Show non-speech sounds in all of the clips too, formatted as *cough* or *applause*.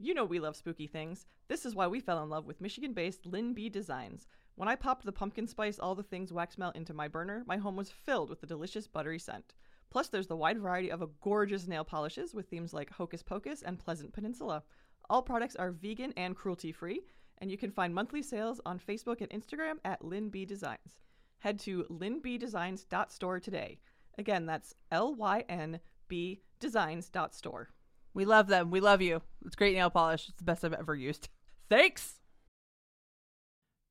You know we love spooky things. This is why we fell in love with Michigan based Lynn B Designs. When I popped the pumpkin spice all the things wax melt into my burner, my home was filled with the delicious buttery scent. Plus, there's the wide variety of a gorgeous nail polishes with themes like Hocus Pocus and Pleasant Peninsula. All products are vegan and cruelty free, and you can find monthly sales on Facebook and Instagram at Lynn B Designs. Head to lynnbdesigns.store today. Again, that's L Y N B designs.store. We love them. We love you. It's great nail polish. It's the best I've ever used. *laughs* Thanks.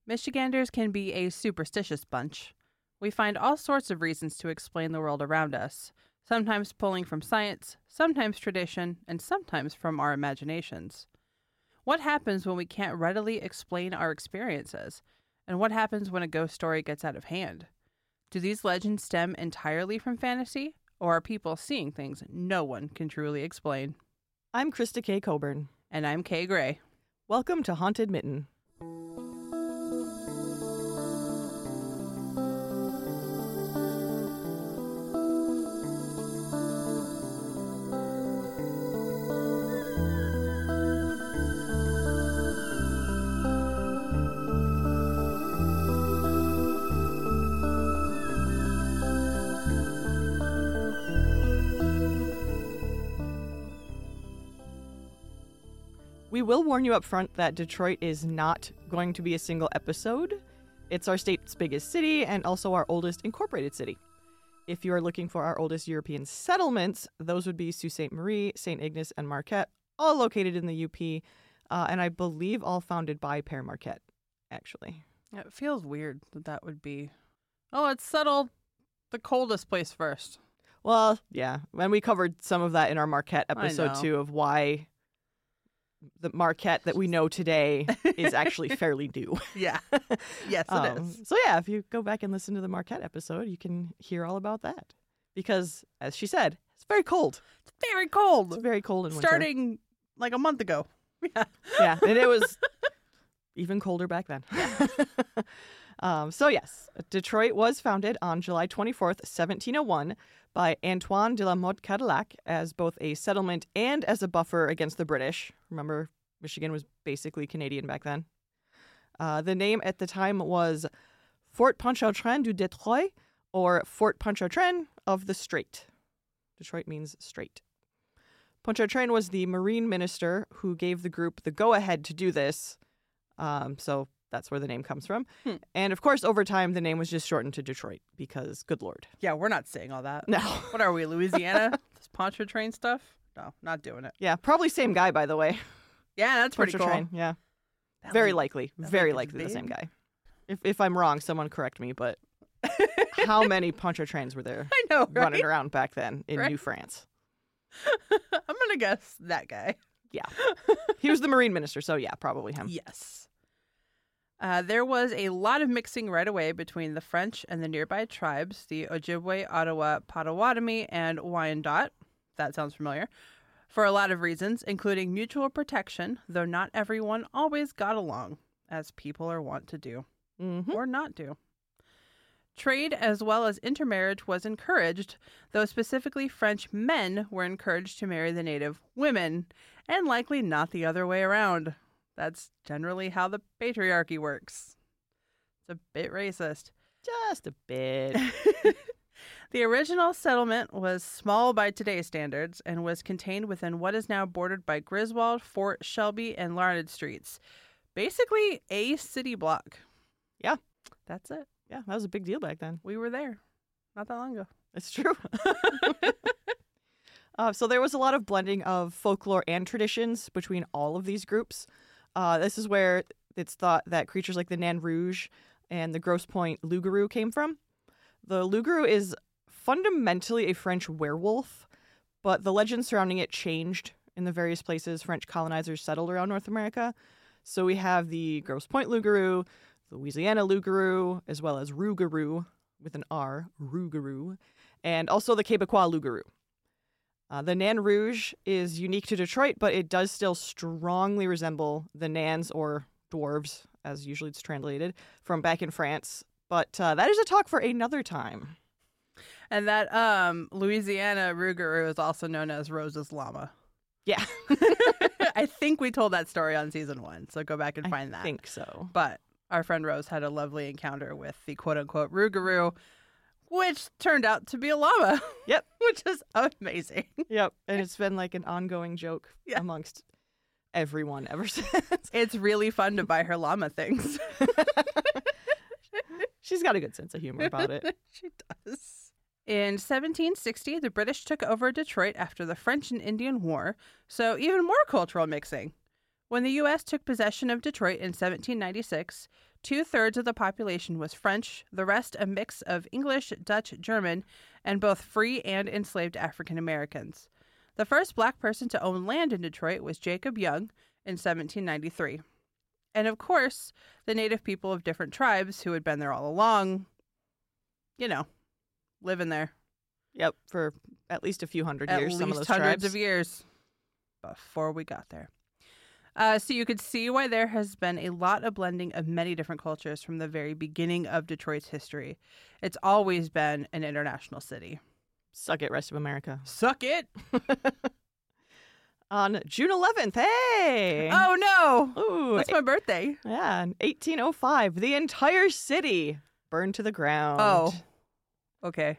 Michiganders can be a superstitious bunch. We find all sorts of reasons to explain the world around us, sometimes pulling from science, sometimes tradition, and sometimes from our imaginations. What happens when we can't readily explain our experiences? And what happens when a ghost story gets out of hand? Do these legends stem entirely from fantasy, or are people seeing things no one can truly explain? I'm Krista K. Coburn. And I'm Kay Gray. Welcome to Haunted Mitten. We will warn you up front that Detroit is not going to be a single episode. It's our state's biggest city and also our oldest incorporated city. If you are looking for our oldest European settlements, those would be Sault Ste. Marie, St. Ignace, and Marquette, all located in the UP, uh, and I believe all founded by Père Marquette, actually. It feels weird that that would be. Oh, let's settle the coldest place first. Well, yeah. And we covered some of that in our Marquette I episode know. too of why the Marquette that we know today is *laughs* actually fairly new. *laughs* Yeah. yes, it is. Um, So yeah, if you go back and listen to the Marquette episode, you can hear all about that. Because as she said, it's very cold. It's very It's cold. very cold in winter. Starting like a month ago. *laughs* Yeah. Yeah, and it was even colder back then. *laughs* um, so yes, Detroit was founded on July 24th, 1701 by Antoine de la Motte Cadillac as both a settlement and as a buffer against the British. Remember, Michigan was basically Canadian back then. Uh, the name at the time was Fort Pontchartrain du Detroit or Fort Pontchartrain of the Strait. Detroit means strait. Pontchartrain was the Marine minister who gave the group the go ahead to do this. Um, so that's where the name comes from. Hmm. And of course, over time, the name was just shortened to Detroit because, good *laughs* lord. Yeah, we're not saying all that. No. *laughs* What are we, Louisiana? *laughs* this Poncho train stuff? No, not doing it. Yeah, probably same guy, by the way. Yeah, that's *laughs* pretty cool. Pontchartrain, Yeah. That very link- likely. that Very link is likely the same big. guy. If, if I'm wrong, someone correct me, *laughs* but how many Pontchartrains were there I know, *laughs* right? running around back then in Right. New France? I'm gonna guess that guy. He was the Marine minister, so yeah, probably him. Yes. Uh, there was a lot of mixing right away between the French and the nearby tribes, the Ojibwe, Ottawa, Potawatomi, and Wyandot. That sounds familiar. For a lot of reasons, including mutual protection, though not everyone always got along, as people are wont to do. Mm-hmm. or not do. Trade as well as intermarriage was encouraged, though specifically French men were encouraged to marry the native women, and likely not the other way around. That's generally how the patriarchy works. It's a bit racist. Just a *laughs* bit. The original settlement was small by today's standards and was contained within what is now bordered by Griswold, Fort Shelby, and Larned streets. Basically, a city block. Yeah. That's it. Yeah, that was a big deal back then. We were there not that long ago. It's true. *laughs* uh, so there was a lot of blending of folklore and traditions between all of these groups. Uh, this is where it's thought that creatures like the Nan Rouge and the Grosse Pointe Lougarou came from. The Lougarou is fundamentally a French werewolf, but the legends surrounding it changed in the various places French colonizers settled around North America. So we have the Grosse Pointe Lougarou, Louisiana Lougarou, as well as Rougarou with an R, Rougarou and also the Quebecois Lougarou. Uh, the Nan Rouge is unique to Detroit, but it does still strongly resemble the Nans or dwarves, as usually it's translated, from back in France. But uh, that is a talk for another time. And that um, Louisiana Rougarou is also known as Rose's llama. Yeah. *laughs* I think we told that story on season one, so go back and find I that. think *laughs* so. But our friend Rose had a lovely encounter with the quote unquote Rougarou, which turned out to be a llama. Yep. *laughs* which is amazing. Yep. And it's been like an ongoing joke Yeah. amongst everyone ever *laughs* since. It's really fun to buy her llama things. She's got a good sense of humor about *laughs* it. she does. In 1760, the British took over Detroit after the French and Indian War, so even more cultural mixing. When the U.S. took possession of Detroit in 1796, two thirds of the population was French, the rest a mix of English, Dutch, German, and both free and enslaved African Americans. The first black person to own land in Detroit was Jacob Young in 1793. And of course, the native people of different tribes who had been there all along, you know, living there Yep. For at least a few hundred at years, least some of those hundreds tribes. of years before we got there. Uh, so you could see why there has been a lot of blending of many different cultures from the very beginning of Detroit's history. It's always been an international city. Suck it, rest of America. Suck it! On June 11th, hey! Oh no, Ooh, eh. that's my birthday. yeah, in 1805, the entire city burned to the ground. Oh, *laughs* okay.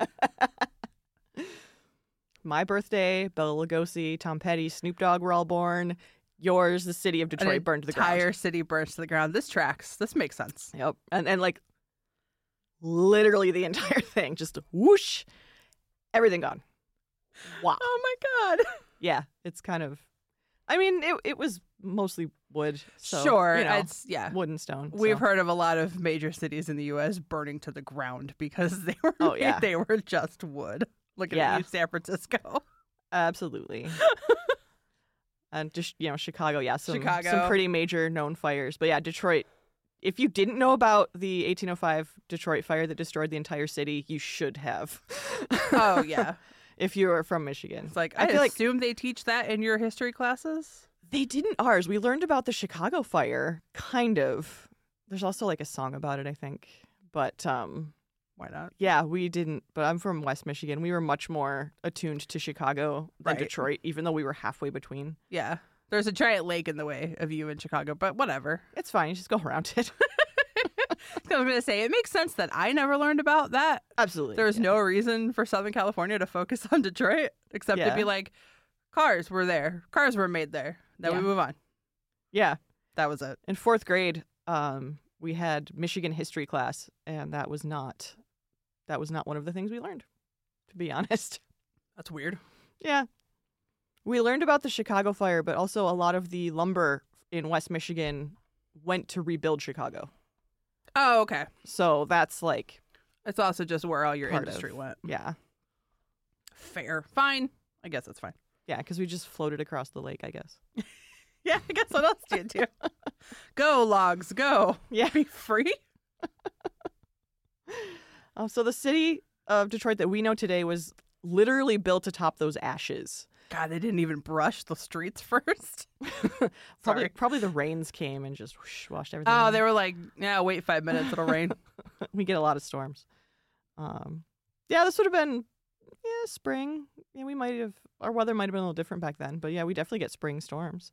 My birthday, Bella Lugosi, Tom Petty, Snoop Dogg were all born. Yours, the city of Detroit, An burned to the ground. Entire city burns to the ground. This tracks. This makes sense. Yep. And and like literally the *laughs* entire thing just whoosh everything gone. Wow. Oh my god. Yeah, it's kind of I mean, it it was mostly wood. So, sure. you know, It's yeah. wood and stone. We've so. heard of a lot of major cities in the U.S. burning to the ground because *laughs* they were Oh, yeah. they were just wood. Looking Yeah. at you, *laughs* San Francisco. absolutely. and just you know, Chicago, yeah, some some Chicago. pretty major known fires. But yeah, Detroit if you didn't know about the 1805 Detroit fire that destroyed the entire city, you should have. Uh, oh yeah, *laughs* if you are from Michigan. it's like I I, feel like- assume they teach that in your history classes. They didn't ours. We learned about the Chicago fire, kind of. There's also like a song about it, I think. But um, Why not? yeah, we didn't. But I'm from West Michigan. We were much more attuned to Chicago than Right. Detroit, even though we were halfway between. Yeah, there's a giant lake in the way of you in Chicago, but whatever. *laughs* It's fine. You just go around *laughs* it. I was gonna say it makes sense that I never learned about that. Absolutely. There was no reason for Southern California to focus *laughs* on Detroit except Yeah. to be like, cars were there, cars were made there. Then Yeah. we move on. Yeah. That was it. In fourth grade, um, we had Michigan history class, and that was not that was not one of the things we learned. To be *laughs* honest. That's weird. Yeah. We learned about the Chicago fire, but also a lot of the lumber in West Michigan went to rebuild Chicago. Oh okay. So that's like, It's also just where all your Part industry of- went. yeah. Fair. Fine. I guess that's fine. *laughs* Yeah, because we just floated across the lake, I guess. Yeah, I guess what else do *laughs* you do? go, logs, go. Yeah. Be free. Um, so the city of Detroit that we know today was literally built atop those ashes. God, they didn't even brush the streets *laughs* first. *laughs* Probably, Sorry. probably the rains came and just whoosh, washed everything. Oh, away. they were like, yeah, wait five minutes, it'll *laughs* rain. we get a lot of storms. Um, yeah, this would have been yeah spring. Yeah, we might have our weather might have been a little different back then, but yeah, we definitely get spring storms.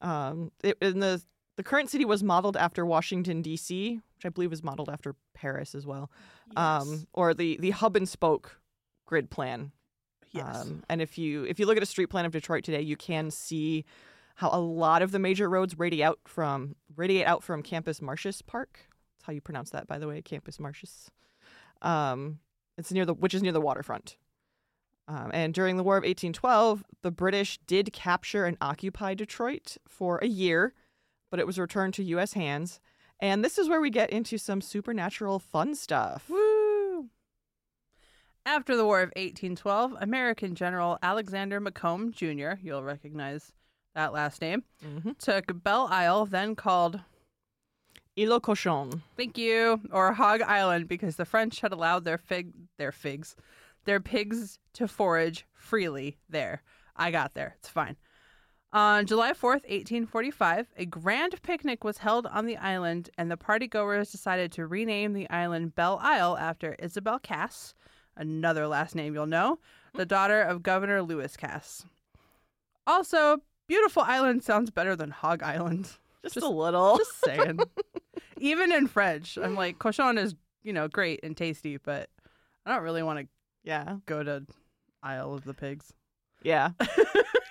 Um, it, and the the current city was modeled after Washington D.C., which I believe is modeled after Paris as well. Um, or the the hub and spoke grid plan. yes. Um, and if you if you look at a street plan of Detroit today, you can see how a lot of the major roads radiate out from radiate out from Campus Martius Park. That's how you pronounce that, by the way, Campus Martius. Um, it's near the which is near the waterfront. Um, and during the War of 1812, the British did capture and occupy Detroit for a year, but it was returned to U.S. hands. And this is where we get into some supernatural fun stuff. Woo. After the War of 1812, American General Alexander Macomb Jr., you'll recognize that last name, Mm-hmm. took Belle Isle, then called Ilo Cochon. Thank you. Or Hog Island because the French had allowed their fig their figs, their pigs to forage freely there. I got there. It's fine. On July 4th, 1845, a grand picnic was held on the island, and the partygoers decided to rename the island Belle Isle after Isabel Cass, another last name you'll know, the daughter of Governor Lewis Cass. Also, Beautiful Island sounds better than Hog Island. Just, Just- a little. Just saying. Even in French, I'm like, cochon is, you know, great and tasty, but I don't really want to yeah. go to Isle of the Pigs. Yeah.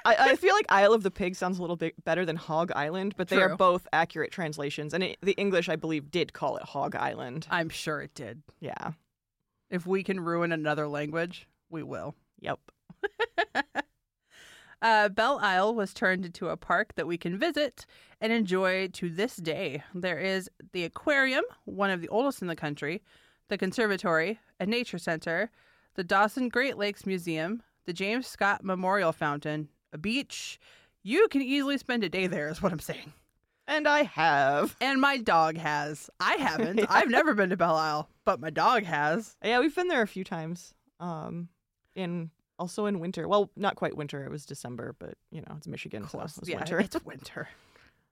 I, I feel like Isle of the Pig sounds a little bit better than Hog Island, but they True. are both accurate translations. And it, the English, I believe, did call it Hog Island. I'm sure it did. Yeah. If we can ruin another language, we will. Yep. Uh, Belle Isle was turned into a park that we can visit and enjoy to this day. There is the aquarium, one of the oldest in the country, the conservatory, a nature center, the Dawson Great Lakes Museum, the James Scott Memorial Fountain, a beach. You can easily spend a day there, is what I'm saying. And I have. And my dog has. I haven't. *laughs* I've never been to Belle Isle, but my dog has. Yeah, we've been there a few times. Um, in also in winter. Well, not quite winter. It was December, but you know, it's Michigan, so it was yeah, winter. it's winter.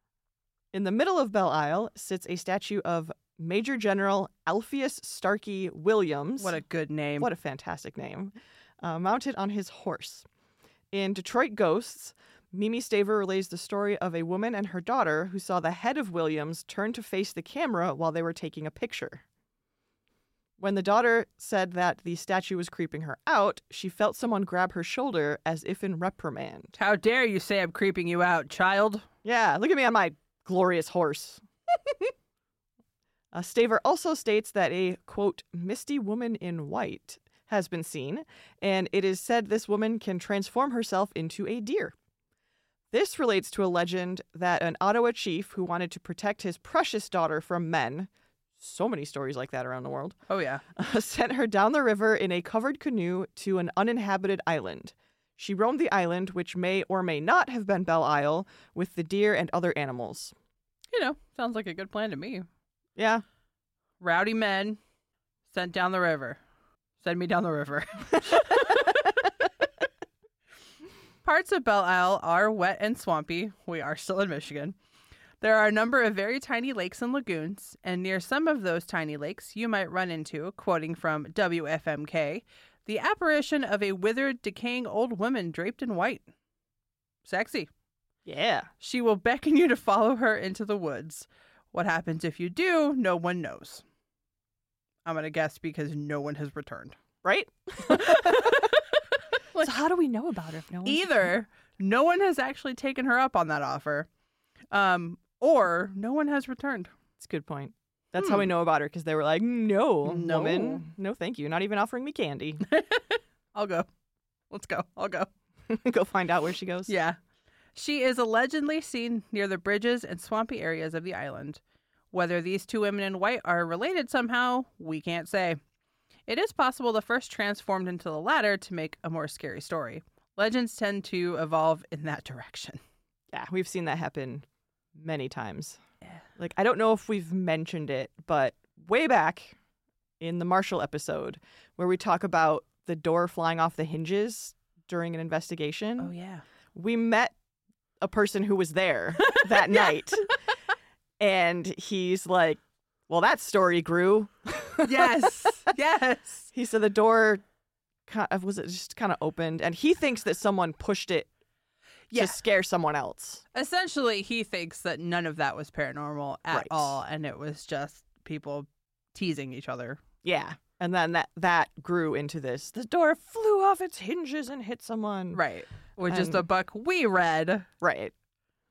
*laughs* In the middle of Belle Isle sits a statue of Major General Alpheus Starkey Williams. What a good name. What a fantastic name. Uh, mounted on his horse. In Detroit Ghosts, Mimi Staver relays the story of a woman and her daughter who saw the head of Williams turn to face the camera while they were taking a picture. When the daughter said that the statue was creeping her out, she felt someone grab her shoulder as if in reprimand. How dare you say I'm creeping you out, child? Yeah, look at me on my glorious horse. *laughs* uh, Staver also states that a, quote, misty woman in white has been seen, and it is said this woman can transform herself into a deer. This relates to a legend that an Ottawa chief who wanted to protect his precious daughter from men, so many stories like that around the world, Oh, yeah. *laughs* sent her down the river in a covered canoe to an uninhabited island. She roamed the island, which may or may not have been Belle Isle, with the deer and other animals. You know, sounds like a good plan to me. Yeah. Rowdy men sent down the river. Send me down the river. Parts of Belle Isle are wet and swampy. We are still in Michigan. There are a number of very tiny lakes and lagoons, and near some of those tiny lakes, you might run into, quoting from WFMK, the apparition of a withered, decaying old woman draped in white. Sexy. Yeah. She will beckon you to follow her into the woods. What happens if you do, no one knows. I'm going to guess because no one has returned. *laughs* Right? *laughs* Like- how do we know about her if no one *laughs* Either no one has actually taken her up on that offer, um, or no one has returned. It's a good point. That's how we know about her because they were like, no, Hmm. No. woman, no, thank you, not even offering me candy. *laughs* I'll go. Let's go. I'll go. Go find out where she goes. Yeah. She is allegedly seen near the bridges and swampy areas of the island. Whether these two women in white are related somehow, we can't say. It is possible the first transformed into the latter to make a more scary story. Legends tend to evolve in that *laughs* direction. Yeah, we've seen that happen many times. Yeah. Like, I don't know if we've mentioned it, but way back in the Marshall episode, where we talk about the door flying off the hinges during an investigation, Oh, yeah. we met a person who was *laughs* there that night. And he's like, Well, that story grew. *laughs* Yes. yes. He said the door kind of, was it just kind of opened, and he thinks that someone pushed it Yeah. to scare someone else. Essentially, he thinks that none of that was paranormal at Right. all, and it was just people teasing each other. Yeah. And then that that grew into this. The door flew off its hinges and hit someone. Right. Which is And- the book we read. Right.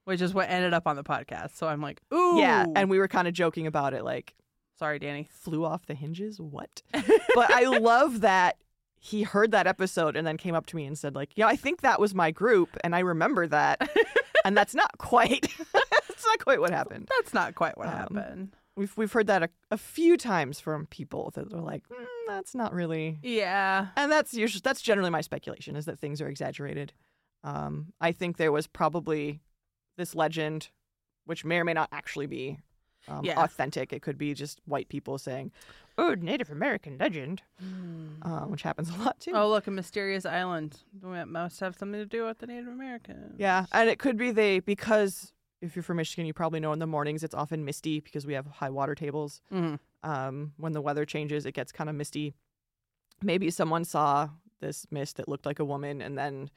which is what ended up on the podcast. So I'm like, ooh, Yeah. And we were kind of joking about it, like sorry, Danny. *laughs* flew off the hinges. *laughs* What? but I love that he heard that episode and then came up to me and said, like, yeah, I think that was my group, and I remember *laughs* that, and that's not quite. *laughs* It's not quite what happened. That's not quite what Um, happened. We've we've heard that a, a few times from people that are like, mm, that's not really Yeah, and that's usually that's generally my speculation is that things are exaggerated. Um, I think there was probably this legend, which may or may not actually be um, Yeah. authentic. It could be just white people saying, "Oh, Native American legend," Hmm. uh, which happens a lot too. Oh, look, a mysterious island. That must have something to do with the Native Americans. Yeah, and it could be they because if you're from Michigan, you probably know in the mornings it's often misty because we have high water tables. Mhm. um, when the weather changes, it gets kind of misty. Maybe someone saw this mist that looked like a woman, and then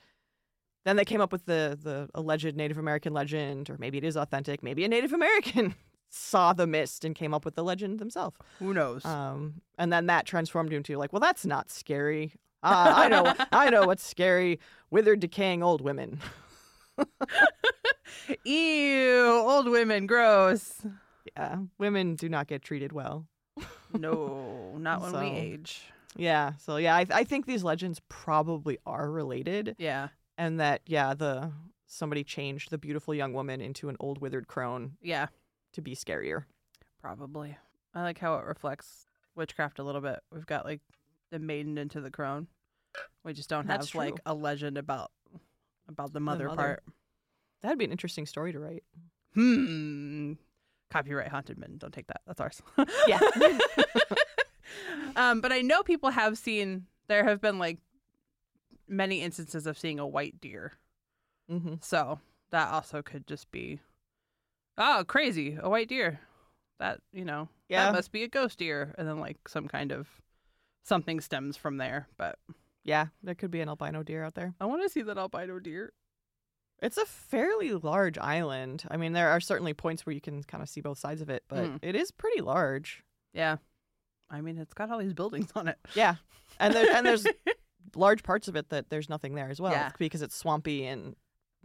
Then they came up with the the alleged Native American legend, or maybe it is authentic. Maybe a Native American *laughs* saw the mist and came up with the legend themselves. Who knows? Um, and then that transformed into like, well, that's not scary. Uh, I know, I know what's scary: withered, decaying old women. Ew, old women, gross. Yeah, women do not get treated well. *laughs* No, not when we So- age. Yeah, so yeah, I, I think these legends probably are related, Yeah, and that yeah, the somebody changed the beautiful young woman into an old withered crone yeah, to be scarier. probably. I like how it reflects witchcraft a little bit. We've got like the maiden into the crone. We just don't That's have like true. a legend about about the mother, mother. part. That'd be an interesting story to write. Hmm. Copyright haunted men. Don't take that. That's ours. *laughs* Yeah. um, but I know people have seen. There have been like many instances of seeing a white deer. *laughs* Mm-hmm. So that also could just be, oh, crazy, a white deer. That you know, Yeah. that must be a ghost deer, and then like some kind of something stems from there. But Yeah, there could be an albino deer out there. I want to see that albino deer. It's a fairly large island. I mean, there are certainly points where you can kind of see both sides of it, but Mm. it is pretty large. Yeah, I mean, it's got all these buildings on it. Yeah, and there, and *laughs* there's large parts of it that there's nothing there as well Yeah. because it's swampy and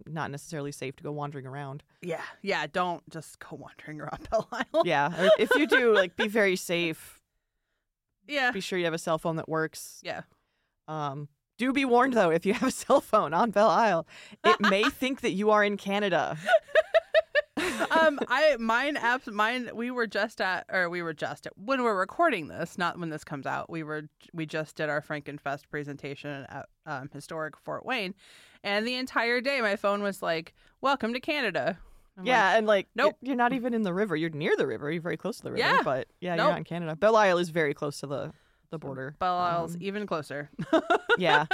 not necessarily safe to go wandering around. Yeah, yeah. Don't just go wandering around *laughs* Belle Isle. yeah, or if you do, like, be very safe. yeah. Be sure you have a cell phone that works. Yeah. Um, do be warned though, if you have a *laughs* cell phone on Belle Isle, it *laughs* may think that you are in Canada. um, I mine apps mine. We were just at, or we were just at when we're recording this, not when this comes out. We were we just did our Frankenfest presentation at um, historic Fort Wayne, and the entire day my phone was like, "Welcome to Canada." I'm like, yeah, and like, nope. y- you're not even in the river. You're near the river. You're very close to the river, Yeah. but yeah, Nope. you're not in Canada. Belle Isle is very close to the the border. Belle Isle's e Um, even closer. *laughs* yeah,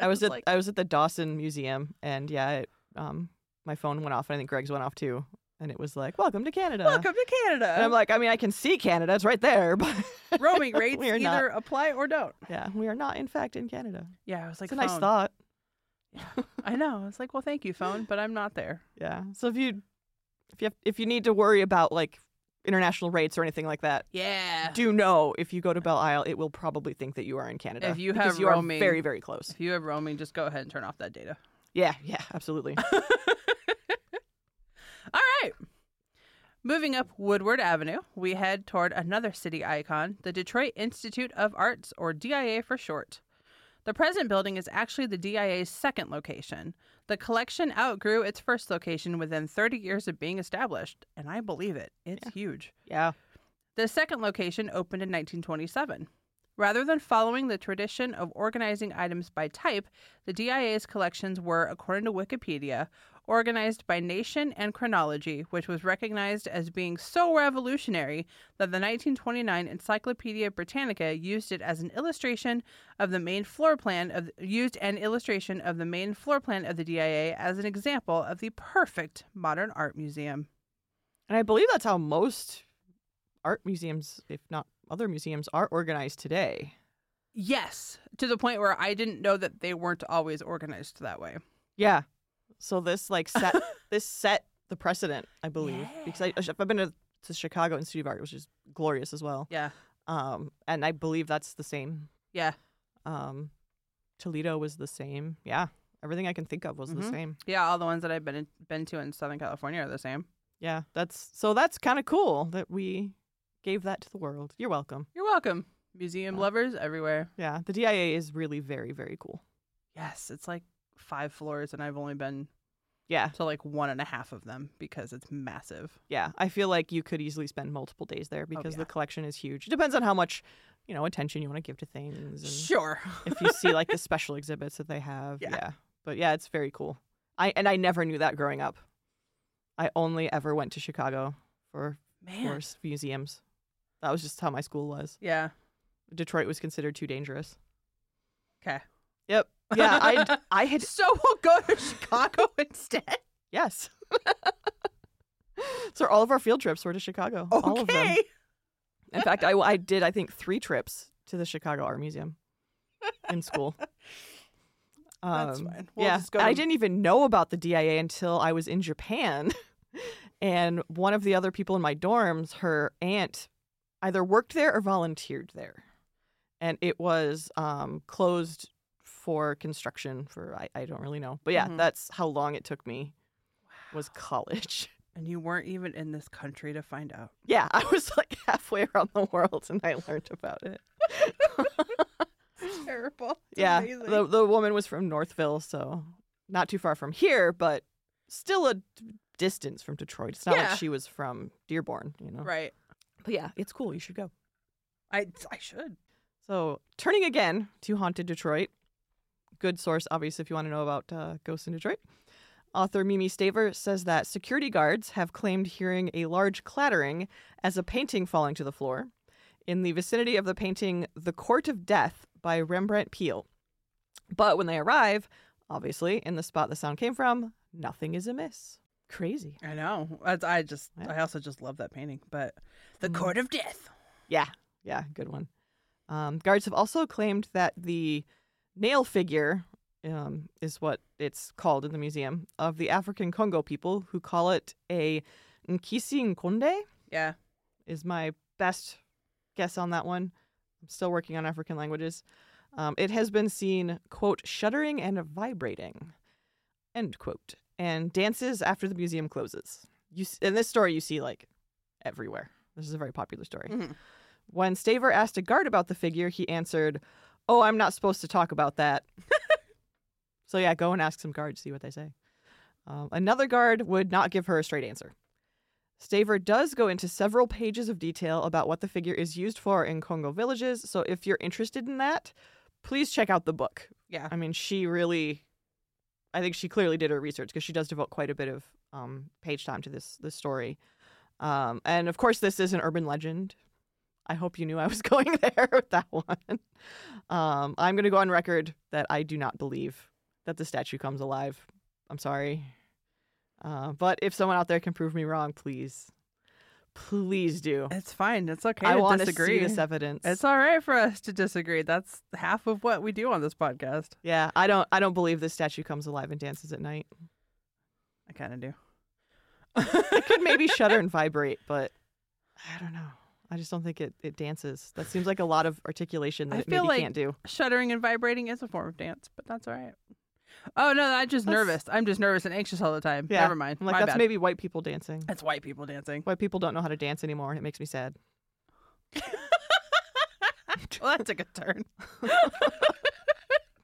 I was just at like, I was at the Dawson Museum, and yeah, it, um, my phone went off, and I think Greg's went off too, and it was like, "Welcome to Canada." "Welcome to Canada." And I'm like, I mean, I can see Canada. It's right there, *laughs* but *laughs* roaming rates we are either not. apply or don't. Yeah, we are not, in fact, in Canada. Yeah, I was like, it's a nice "Phone." thought. I know. I was like, "Well, thank you, phone," but I'm not there. Yeah. So if you if you have, if you need to worry about like international rates or anything like that, Yeah. do know if you go to Belle Isle, it will probably think that you are in Canada. If you because have you roaming- are very very close. if you have roaming, just go ahead and turn off that data. Yeah. Yeah. *laughs* Absolutely. All right. Moving up Woodward Avenue, we head toward another city icon, the Detroit Institute of Arts, or DIA for short. The present building is actually the DIA's second location. The collection outgrew its first location within 30 years of being established, and I believe it. It's huge. yeah. The second location opened in 1927. Rather than following the tradition of organizing items by type, the DIA's collections were, according to Wikipedia, organized by nation and chronology, which was recognized as being so revolutionary that the 1929 Encyclopedia Britannica used it as an illustration of the main floor plan of used an illustration of the main floor plan of the DIA as an example of the perfect modern art museum. And I believe that's how most art museums, if not other museums, are organized today. Yes, to the point where I didn't know that they weren't always organized that way. Yeah. So this like *laughs* set this set the precedent, I believe, because I, I've been to, to Chicago Institute of Art, which is glorious as well. Yeah. Um, and I believe that's the same. Yeah. Um, Toledo was the same. Yeah. Everything I can think of was Mhm. the same. Yeah, all the ones that I've been in, been to in Southern California are the same. Yeah. That's so that's kind of cool that we gave that to the world. You're welcome. You're welcome. Museum Yeah. lovers everywhere. Yeah. The DIA is really very very cool. Yes, it's like five floors and I've only been Yeah. to like one and a half of them because it's massive. Yeah. I feel like you could easily spend multiple days there because Oh, yeah. the collection is huge. It depends on how much, you know, attention you want to give to things. And... Sure. if you see like the special exhibits that they have. Yeah. Yeah. But yeah, it's very cool. I and I never knew that growing up. I only ever went to Chicago for for Man. s- museums. That was just how my school was. Yeah. Detroit was considered too dangerous. 'Kay. Yep. Yeah, *laughs* I I had So we'll go to Chicago *laughs* instead. yes. *laughs* so all of our field trips were to Chicago. All of them. Okay. In fact, I I did I think 3 trips to the Chicago Art Museum in school. *laughs* That's Um, fine. We'll yeah, just go I to- didn't even know about the DIA until I was in Japan, *laughs* and one of the other people in my dorms, her aunt, either worked there or volunteered there, and it was um, closed for construction for I, I don't really know, but yeah, Mhm. that's how long it took me was college. *laughs* And you weren't even in this country to find out. Yeah, I was like *laughs* halfway around the world and I learned about it. Terrible. yeah, the the woman was from Northville, so not too far from here, but still a d- distance from Detroit. It's not Yeah. like she was from Dearborn, you know. right. But yeah, it's cool. You should go. I I should. So turning again to haunted Detroit, good source, obviously, if you want to know about uh, ghosts in Detroit. Author Mimi Staver says that security guards have claimed hearing a large clattering as a painting falling to the floor in the vicinity of the painting The Court of Death by Rembrandt Peale. But when they arrive, obviously, in the spot the sound came from, nothing is amiss. Crazy. I know. I, I just Yeah. I also just love that painting. But the Mhm. Court of Death. Yeah, yeah, good one. Um, guards have also claimed that the nail figure um, is what it's called in the museum of the African Congo people, who call it a Nkisi Nkonde. Yeah. Is my best guess on that one. I'm still working on African languages. Um, it has been seen, quote, shuddering and vibrating, end quote, and dances after the museum closes. You s- in this story, you see like everywhere. This is a very popular story. Mhm. When Staver asked a guard about the figure, he answered, Oh, I'm not supposed to talk about that. *laughs* so, yeah, go and ask some guards, see what they say. Um, another guard would not give her a straight answer. Staver does go into several pages of detail about what the figure is used for in Congo villages. So, if you're interested in that, please check out the book. Yeah. I mean, she really, I think she clearly did her research because she does devote quite a bit of um, page time to this this story. Um, and of course, this is an urban legend. I hope you knew I was *laughs* going there with that one. Um, I'm going to go on record that I do not believe that the statue comes alive. I'm sorry. Uh, but if someone out there can prove me wrong, please, please do. It's fine. It's okay. I to want to see disagree. this evidence. It's all right for us to disagree. That's half of what we do on this podcast. yeah, I don't. I don't believe this statue comes alive and dances at night. I kind of do. *laughs* could maybe shudder and vibrate, but I don't know. I just don't think it, it dances. That seems like a lot of articulation that I it feel maybe like can't do. Shuddering and vibrating is a form of dance, but that's all right. Oh no, I'm just That's- nervous. I'm just nervous and anxious all the time. Yeah, Never mind. I'm like My that's bad. maybe white people dancing. That's white people dancing. *laughs* White people don't know how to dance anymore, and it makes me sad. Well, that took a *laughs* turn. *laughs*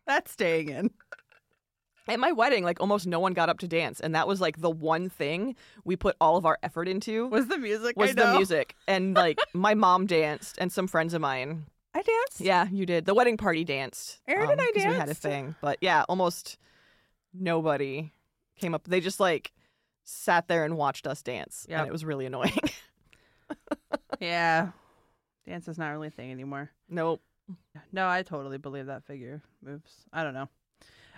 that's staying in. At my wedding, like almost no one got up to dance, and that was like the one thing we put all of our effort into was, Was the music? I the know. music. And like my mom danced, and some friends of mine. I danced. Yeah, you did. The wedding party danced. Um, Erin and I 'cause We had a danced. thing, but yeah, almost nobody came up. They just like sat there and watched us dance, Yep. and it was really annoying. *laughs* Yeah. Dance is not really a thing anymore. nope. No, I totally believe that figure moves. I don't know.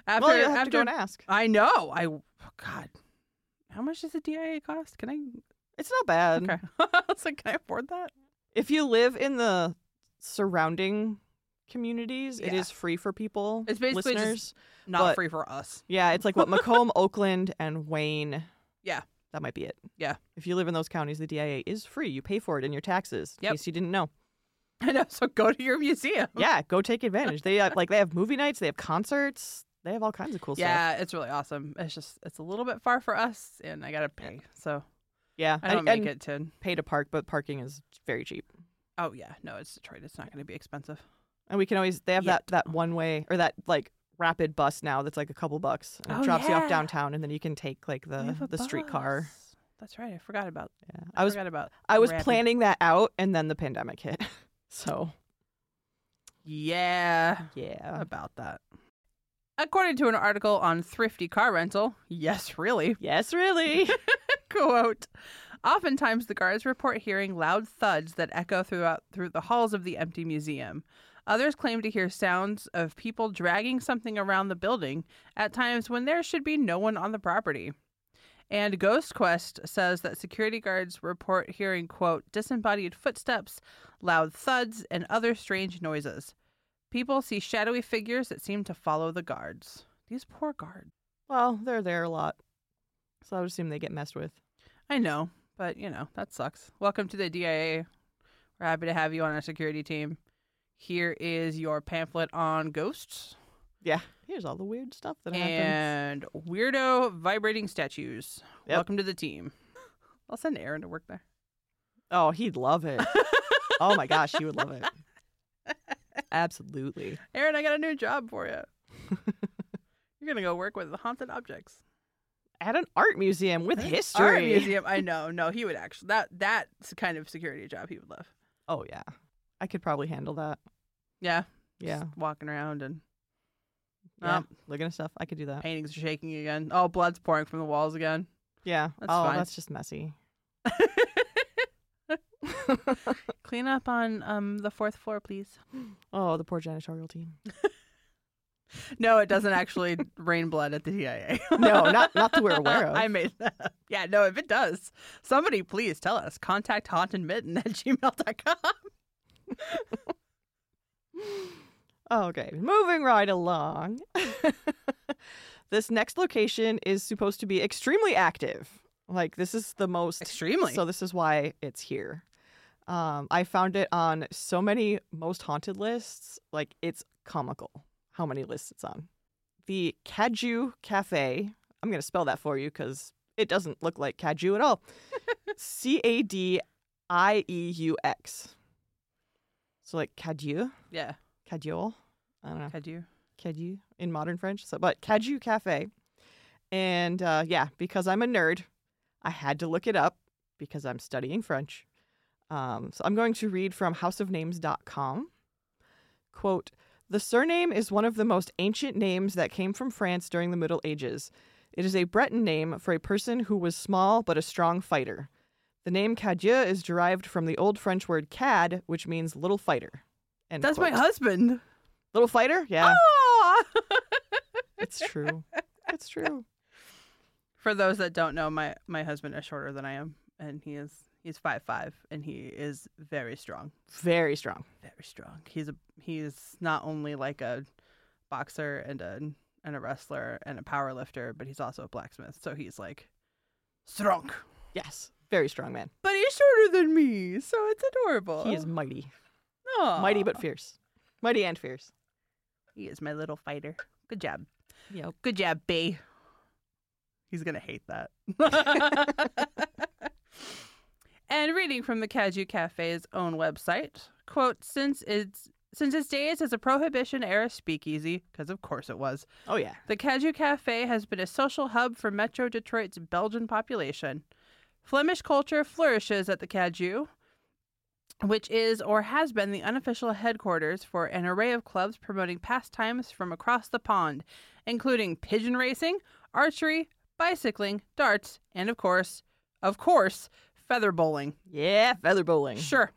After well, you have after to go and ask. I know. I oh, God, how much does the DIA cost? Can I? It's not bad Okay, *laughs* I was like, can I afford that? if you live in the surrounding communities. It Yeah. is free for people. It's basically just- listeners. Not But- free for us. *laughs* Yeah, it's like what Macomb, Oakland, and Wayne. Yeah. that might be it. Yeah. if you live in those counties, the DIA is free. You pay for it in your taxes. In Yep. case you didn't know. I know. So go to your museum. yeah, go take advantage. They have, like they have movie nights, they have concerts, they have all kinds of cool stuff. Yeah, it's really awesome. It's just it's a little bit far for us, and I gotta pay. So Yeah, I don't and, make and it to. pay to park, but parking is very cheap. Oh yeah, no, it's Detroit. It's not gonna be expensive. And we can always they have Yet. that that one way or that like rapid bus now that's like a couple bucks and it Oh, drops you yeah. off downtown and then you can take like We the have a the streetcar. bus. That's right. I forgot about. Yeah. I, I was forgot about. I was rapid- planning that out and then the pandemic hit. *laughs* so, Yeah. yeah. about that. According to an article on thrifty car rental, yes, really, Yes, *laughs* really. quote, oftentimes the guards report hearing loud thuds that echo throughout through the halls of the empty museum. Others claim to hear sounds of people dragging something around the building at times when there should be no one on the property. And Ghost Quest says that security guards report hearing, quote, disembodied footsteps, loud thuds, and other strange noises. People see shadowy figures that seem to follow the guards. These poor guards. Well, they're there a lot. So I would assume they get messed with. I know, but you know, that sucks. Welcome to the DIA. We're happy to have you on our security team. Here is your pamphlet on ghosts Yeah. Here's all the weird stuff that happens. and weirdo vibrating statues. Yep. Welcome to the team. I'll send Aaron to work there. Oh, he'd love it. oh my gosh, he would love *laughs* it. Absolutely. Aaron, I got a new job *laughs* for you. You're going to go work with the haunted objects. At an art museum with history. Art museum. I know. No, he would actually. That that's the kind of security job he would love. Oh yeah. I could probably handle that. Yeah. Yeah. Just walking around and yeah. Oh. Looking at stuff. I could do that. paintings are shaking again. Oh, blood's pouring from the walls again. Yeah. That's oh, fine. that's just messy. Clean up on um the fourth floor, please. Oh, the poor janitorial *laughs* team. No, it doesn't actually *laughs* rain blood at the TIA. *laughs* No, not not that we're aware of. I made that. up. Yeah, no, if it does, somebody please tell us. Contact hauntedmitten at gmail.com. Oh, Okay, moving right along. *laughs* this next location is supposed to be extremely active. Like this is the most *laughs* Extremely. So this is why it's here. Um, I found it on so many most haunted lists. Like it's comical how many lists it's on. The Kaju Cafe. I'm gonna spell that for you because it doesn't look like Kaju at all. C A D I E U X. So like Kaju, yeah. Kajol. I don't know. Could you? Kaju in modern French. So, but Kaju Cafe. And uh, yeah, because I'm a nerd, I had to look it up because I'm studying French. Um, so I'm going to read from houseofnames.com. Quote The surname is one of the most ancient names that came from France during the Middle Ages. It is a Breton name for a person who was small but a strong fighter. The name Cadieux is derived from the old French word cad, which means little fighter. End That's my quote. husband. Ah! Little fighter? Yeah. Aw! It's true. It's true. *laughs* For those that don't know, my my husband is shorter than I am, and he is he's five five, and he is very strong, Very strong. very strong. He's a he's not only like a boxer and a and a wrestler and a power lifter, but he's also a blacksmith. So he's like strong, Yes. Very strong man. but he's shorter than me, so it's adorable. He is mighty. Aw. Mighty but fierce. Mighty and fierce. he is my little fighter. Good job, Yep. good job, B. He's gonna hate that. *laughs* And reading from the Kaju Cafe's own website, quote, since its since its days as a prohibition era speakeasy, because of course it was, *laughs* Oh yeah. the Kaju Cafe has been a social hub for Metro Detroit's Belgian population. Flemish culture flourishes at the Kaju, which is or has been the unofficial headquarters for an array of clubs promoting pastimes from across the pond, including pigeon racing, archery, bicycling, darts, and of course, of course, feather bowling. Yeah, feather bowling. Sure.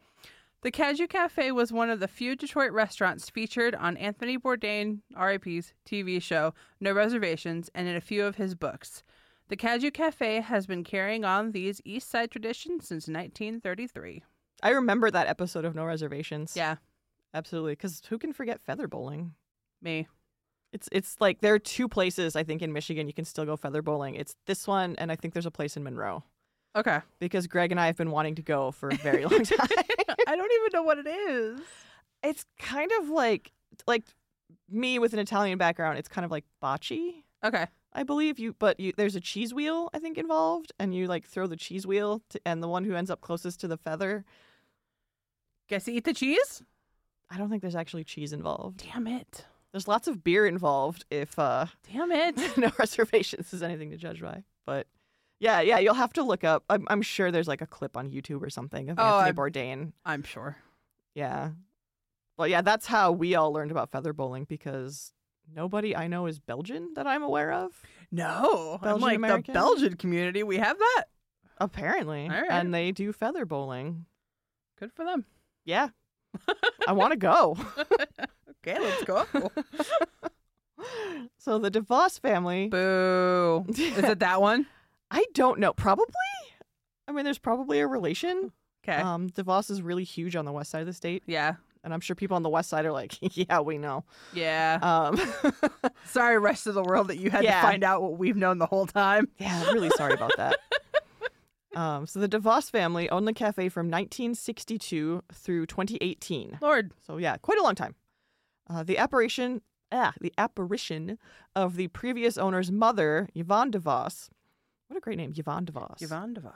The Caju Cafe was one of the few Detroit restaurants featured on Anthony Bourdain, RIP's TV show No Reservations and in a few of his books. The Caju Cafe has been carrying on these East Side traditions since 1933. I remember that episode of No Reservations. Yeah, Absolutely. Because who can forget feather bowling? me. It's it's like there are two places I think in Michigan you can still go feather bowling. It's this one and I think there's a place in Monroe. Okay. *laughs* Because Greg and I have been wanting to go for a very long time. I don't even know what it is. it's kind of like like me with an Italian background, it's kind of like bocce. Okay. I believe you, but you, there's a cheese wheel I think involved, and you like throw the cheese wheel, to, and the one who ends up closest to the feather. Guess you eat the cheese? I don't think there's actually cheese involved. Damn it. There's lots of beer involved if uh, *laughs* Damn *laughs* it. no reservations is anything to judge by. But yeah, yeah, you'll have to look up. I'm, I'm sure there's like a clip on YouTube or something of Oh, Anthony I'm- Bourdain. I'm sure. Yeah. Well, yeah, that's how we all learned about feather bowling because nobody I know is Belgian that I'm aware of. No. I'm like the Belgian-American? Belgian community. We have that. Apparently, All right. and they do feather bowling. Good for them. Yeah. I want to go. Okay, let's *laughs* go. So the DeVos family, Boo. Is it *laughs* that one? I don't know. Probably. I mean, there's probably a relation. Okay. Um, DeVos is really huge on the west side of the state. yeah. And I'm sure people on the west side are like, *laughs* yeah, we know. Yeah. Um, *laughs* Sorry, rest of the world, that you had Yeah. to find out what we've known the whole time. yeah, really sorry about that. Um, so the DeVos family owned the cafe from 1962 through 2018. Lord. So yeah, quite a long time. Uh, the apparition, ah, the apparition of the previous owner's mother, Yvonne DeVos. What a great name, Yvonne DeVos. Yvonne DeVos.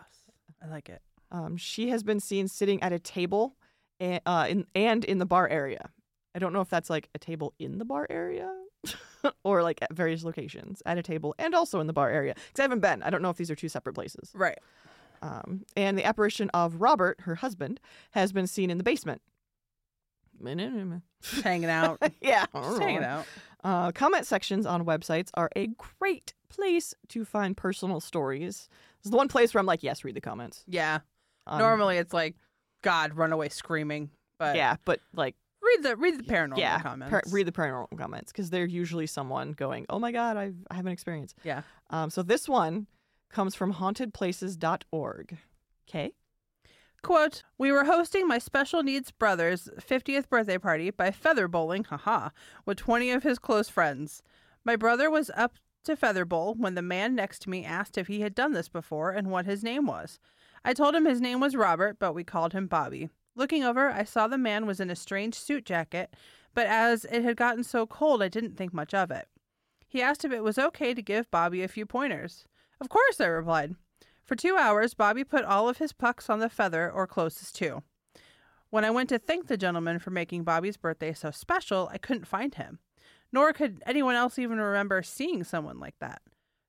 I like it. Um, she has been seen sitting at a table, and, uh, in, and in the bar area. I don't know if that's like a table in the bar area, *laughs* or like at various locations at a table and also in the bar area. Because I haven't been. I don't know if these are two separate places. Right. Um, and the apparition of Robert, her husband, has been seen in the *laughs* basement. *laughs* Just hanging *laughs* out. Yeah, Just hanging out. Uh, comment sections on websites are a great place to find personal stories. This is the one place where I'm like, yes, read the comments. Yeah. Um, Normally it's like, God, run away screaming. But yeah, but like, read the read the paranormal yeah, par- comments. read the paranormal comments because they're usually someone going, oh my god, I've, I have an experience. Yeah. Um, so this one comes from hauntedplaces.org. Okay. Quote, we were hosting my special needs brother's 50th birthday party by feather bowling, haha, with 20 of his close friends. My brother was up to feather bowl when the man next to me asked if he had done this before and what his name was. I told him his name was Robert, but we called him Bobby. Looking over, I saw the man was in a strange suit jacket, but as it had gotten so cold, I didn't think much of it. He asked if it was okay to give Bobby a few pointers. Of course, I replied. For two hours, Bobby put all of his pucks on the feather or closest to. When I went to thank the gentleman for making Bobby's birthday so special, I couldn't find him. Nor could anyone else even remember seeing someone like that.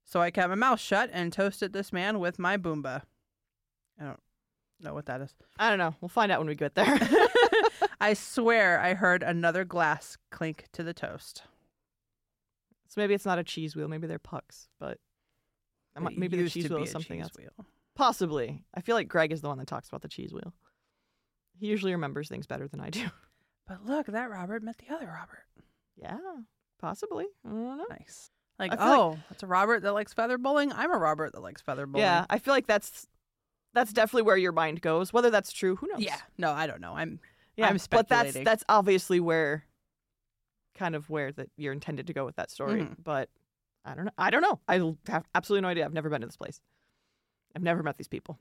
So I kept my mouth shut and toasted this man with my boomba. I don't know *laughs* what that is. I don't know. We'll find out when we get *laughs* there. *laughs* I swear I heard another glass clink to the toast. so maybe it's not a cheese wheel. Maybe they're pucks, but I might- It maybe the used to cheese wheel be is a something cheese else. wheel. Possibly. I feel like Greg is the one that talks about the cheese wheel. He usually remembers things better than I do. *laughs* But look, that Robert met the other Robert. Yeah, possibly. I don't know. Nice. Like, I feel like- oh, that's a Robert that likes feather bowling. I'm a Robert that likes feather bowling. Yeah, I feel like that's that's definitely where your mind goes. Whether that's true, who knows? Yeah. No, I don't know. I'm yeah. I'm but that's speculating. that's obviously where, kind of where that you're intended to go with that story. Mhm. But I don't know. I don't know. I l- have absolutely no idea. I've never been to this place. I've never met these people.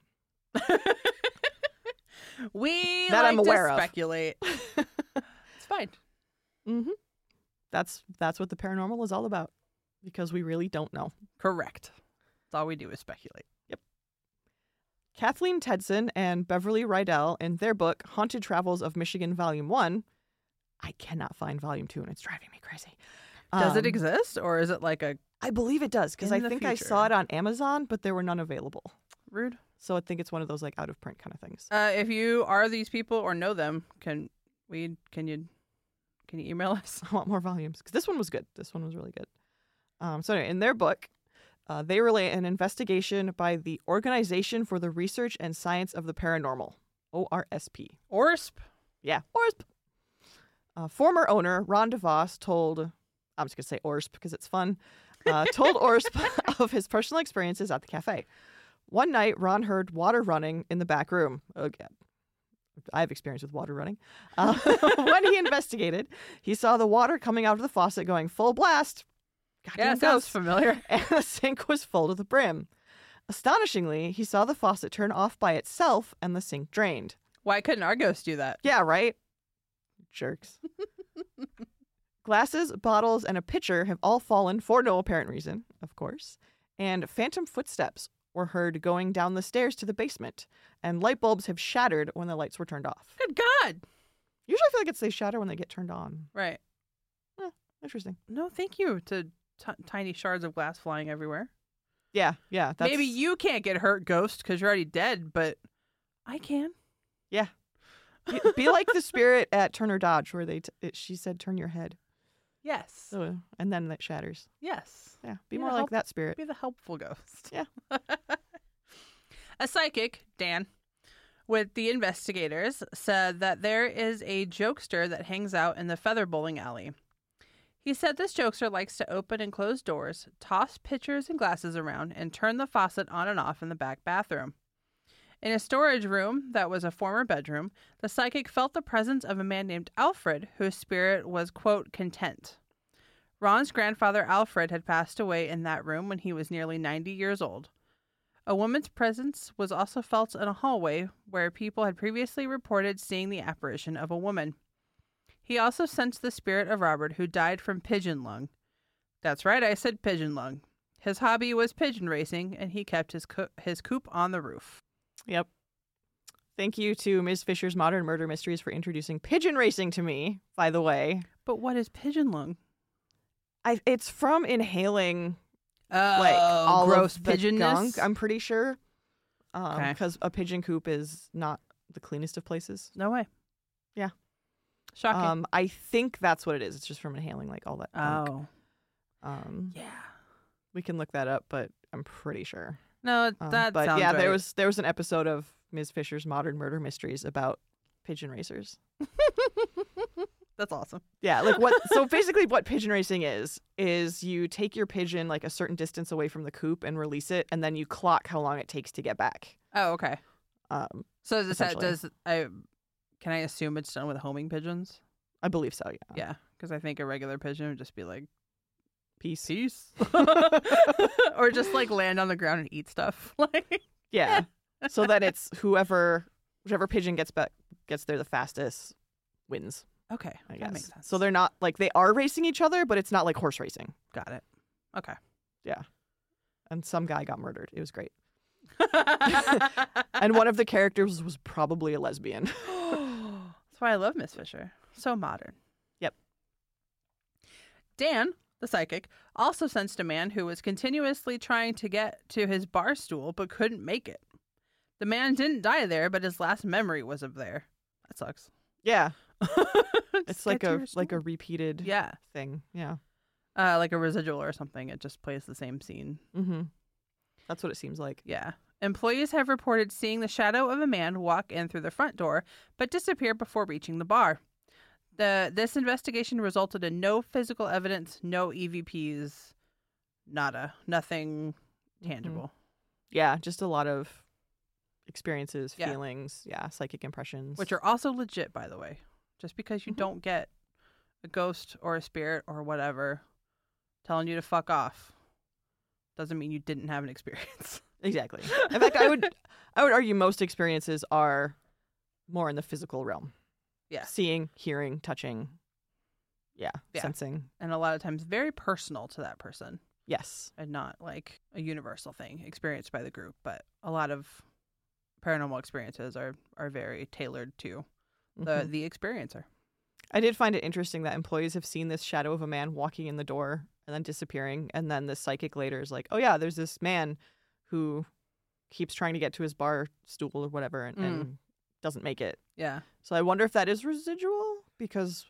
we That I'm like to aware of. *laughs* speculate. it's fine. Mm-hmm. That's that's what the paranormal is all about, because we really don't know. Correct. That's all we do is speculate. Kathleen Tedson and Beverly Rydell in their book Haunted Travels of Michigan Volume 1. I cannot find Volume 2 and it's driving me crazy. Does it Um, exist or is it like a I believe it does because in I the think I saw it future? on Amazon, but there were none available. rude? So I think it's one of those like out of print kind of things. *laughs* Uh, if you are these people or know them, can we can you can you email *laughs* us? I want more volumes because this one was good. This one was really good. Um, so anyway, in their book, uh, they relate an investigation by the Organization for the Research and Science of the Paranormal, ORSP. Orsp. Yeah, ORSP. Uh, former owner Ron DeVos told, I'm just going to say ORSP because it's fun, uh, *laughs* told ORSP of his personal experiences at the cafe. One night, Ron heard water running in the back room. Okay. I have experience with water running. Uh, *laughs* when he investigated, he saw the water coming out of the faucet going full blast. Goddamn Yeah, sounds ghosts familiar. *laughs* and the sink was full to the brim. Astonishingly, he saw the faucet turn off by itself and the sink drained. *laughs* Why couldn't our ghost do that? Yeah, right? *laughs* Jerks. Glasses, bottles, and a pitcher have all fallen for no apparent reason, of course, and phantom footsteps were heard going down the stairs to the basement, and light bulbs have shattered when the lights were turned off. Good God. Usually I feel like it's they shatter when they get turned on. Right. Interesting. No, thank you to t- tiny shards of glass flying everywhere. Yeah, yeah. That's, Maybe you can't get hurt, ghost, because you're already dead, but I can. be, *laughs* be like the spirit at Turner Dodge where they t- it, she said turn your head. Yes. So, and then that shatters. yes. Yeah, be uh, Yeah, more help- like that spirit. Be the helpful ghost. Yeah. *laughs* a psychic, Dan, with the investigators, said that there is a jokester that hangs out in the feather bowling alley. He said this jokester likes to open and close doors, toss pitchers and glasses around, and turn the faucet on and off in the back bathroom. In a storage room that was a former bedroom, the psychic felt the presence of a man named Alfred, whose spirit was, quote, content. Ron's grandfather Alfred had passed away in that room when he was nearly 90 years old. A woman's presence was also felt in a hallway where people had previously reported seeing the apparition of a woman. He also sensed the spirit of Robert, who died from pigeon lung. That's right, I said pigeon lung. His hobby was pigeon racing, and he kept his, co- his coop on the roof. Yep. Thank you to Ms. Fisher's Modern Murder Mysteries for introducing pigeon racing to me, by the way. But what is pigeon lung? I, it's from inhaling Oh, like all gross of the pigeonness. gunk, I'm pretty sure. Okay. Because a pigeon coop is not the cleanest of places. No way. Yeah. Shocking. Um, I think that's what it is. It's just from inhaling like all that. Gunk. oh. Um, Yeah. we can look that up, but I'm pretty sure. No, Um, that but sounds yeah, right. there was there was an episode of Ms. Fisher's Modern Murder Mysteries about pigeon racers. That's awesome. Yeah, like what? so basically, what pigeon racing is is you take your pigeon like a certain distance away from the coop and release it, and then you clock how long it takes to get back. Oh, okay. Um, So does that Essentially. does I can I assume it's done with homing pigeons? I believe so. Yeah. Yeah, because I think a regular pigeon would just be like Peace. peace, *laughs* or just like land on the ground and eat stuff. *laughs* Like *laughs* Yeah. so then it's whoever, whichever pigeon gets back gets there the fastest wins. okay, I guess. that makes sense. So they're not like they are racing each other, but it's not like horse racing. got it. Okay. And some guy got murdered. It was great. *laughs* And one of the characters was probably a lesbian. *laughs* That's why I love Miss Fisher. So modern. Yep. Dan, the psychic, also sensed a man who was continuously trying to get to his bar stool but couldn't make it. The man didn't die there, but his last memory was of there. That sucks. Yeah, Just *laughs* it's like get to a your like a stool. repeated yeah, thing. Yeah. uh, like a residual or something. It just plays the same scene. Mm-hmm. That's what it seems like. Yeah. Employees have reported seeing the shadow of a man walk in through the front door, but disappear before reaching the bar. The this investigation resulted in no physical evidence, no EVPs, nada, nothing tangible. Yeah, just a lot of experiences, Yeah. feelings, yeah, psychic impressions. Which are also legit, by the way. Just because you Mhm. don't get a ghost or a spirit or whatever telling you to fuck off doesn't mean you didn't have an *laughs* experience. *laughs* exactly. In fact, I would I would argue most experiences are more in the physical realm. Yeah. Seeing, hearing, touching. Yeah, Yeah. sensing. and a lot of times very personal to that person. Yes. and not like a universal thing experienced by the group, but a lot of paranormal experiences are are very tailored to the Mhm. the experiencer. I did find it interesting that employees have seen this shadow of a man walking in the door and then disappearing and then the psychic later is like, "Oh yeah, there's this man who keeps trying to get to his bar stool or whatever and, Mm. and doesn't make it." Yeah. So I wonder if that is residual because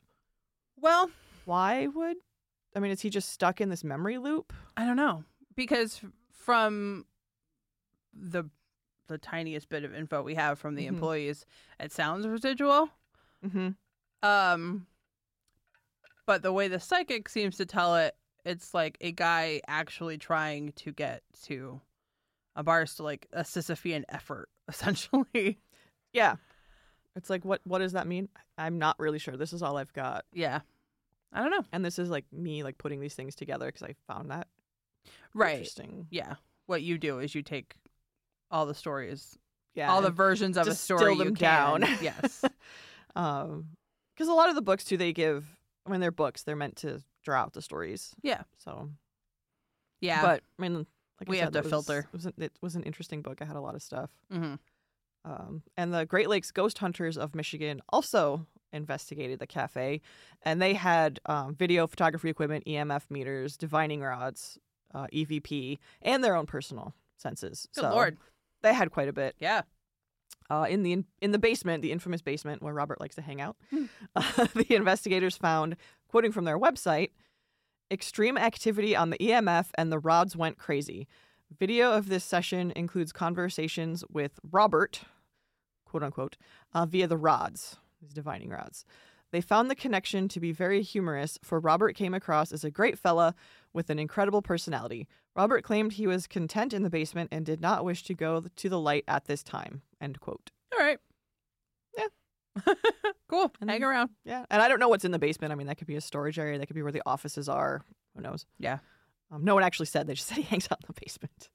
Well, why would I mean, is he just stuck in this memory loop? I don't know because from the the tiniest bit of info we have from the Mhm. employees, it sounds residual. Mm-hmm. Um, but the way the psychic seems to tell it, it's like a guy actually trying to get to a bars to like a Sisyphean effort, *laughs* essentially. Yeah. It's like what what does that mean? I'm not really sure. This is all I've got. Yeah. I don't know. And this is like me like putting these things together because I found that Right. interesting. Yeah. What you do is you take all the stories, Yeah. all the and- versions of a distill story you them down. can. *laughs* yes. Um, because a lot of the books too, they give when they're books, they're meant to draw out the stories. Yeah. So, Yeah. but I mean, like I We said, have it to was- filter. It was, an, it was an interesting book. I had a lot of stuff. hmm Um, and the Great Lakes Ghost Hunters of Michigan also investigated the cafe, and they had um, video photography equipment, EMF meters, divining rods, uh, EVP, and their own personal senses. Good so lord. they had quite a bit Yeah. uh, in the in the basement, the infamous basement where Robert likes to hang out. Hmm. *laughs* Uh, the investigators found, quoting from their website, extreme activity on the EMF and the rods went crazy. Video of this session includes conversations with Robert, quote unquote, uh, via the rods, these divining rods. They found the connection to be very humorous, for Robert came across as a great fella with an incredible personality. Robert claimed he was content in the basement and did not wish to go to the light at this time. End quote. All right. Yeah. *laughs* cool. And Hang then- around. Yeah, and I don't know what's in the basement. I mean, that could be a storage area. That could be where the offices are. Who knows? Yeah. Um, no one actually said. They just *laughs* said he hangs out in the basement.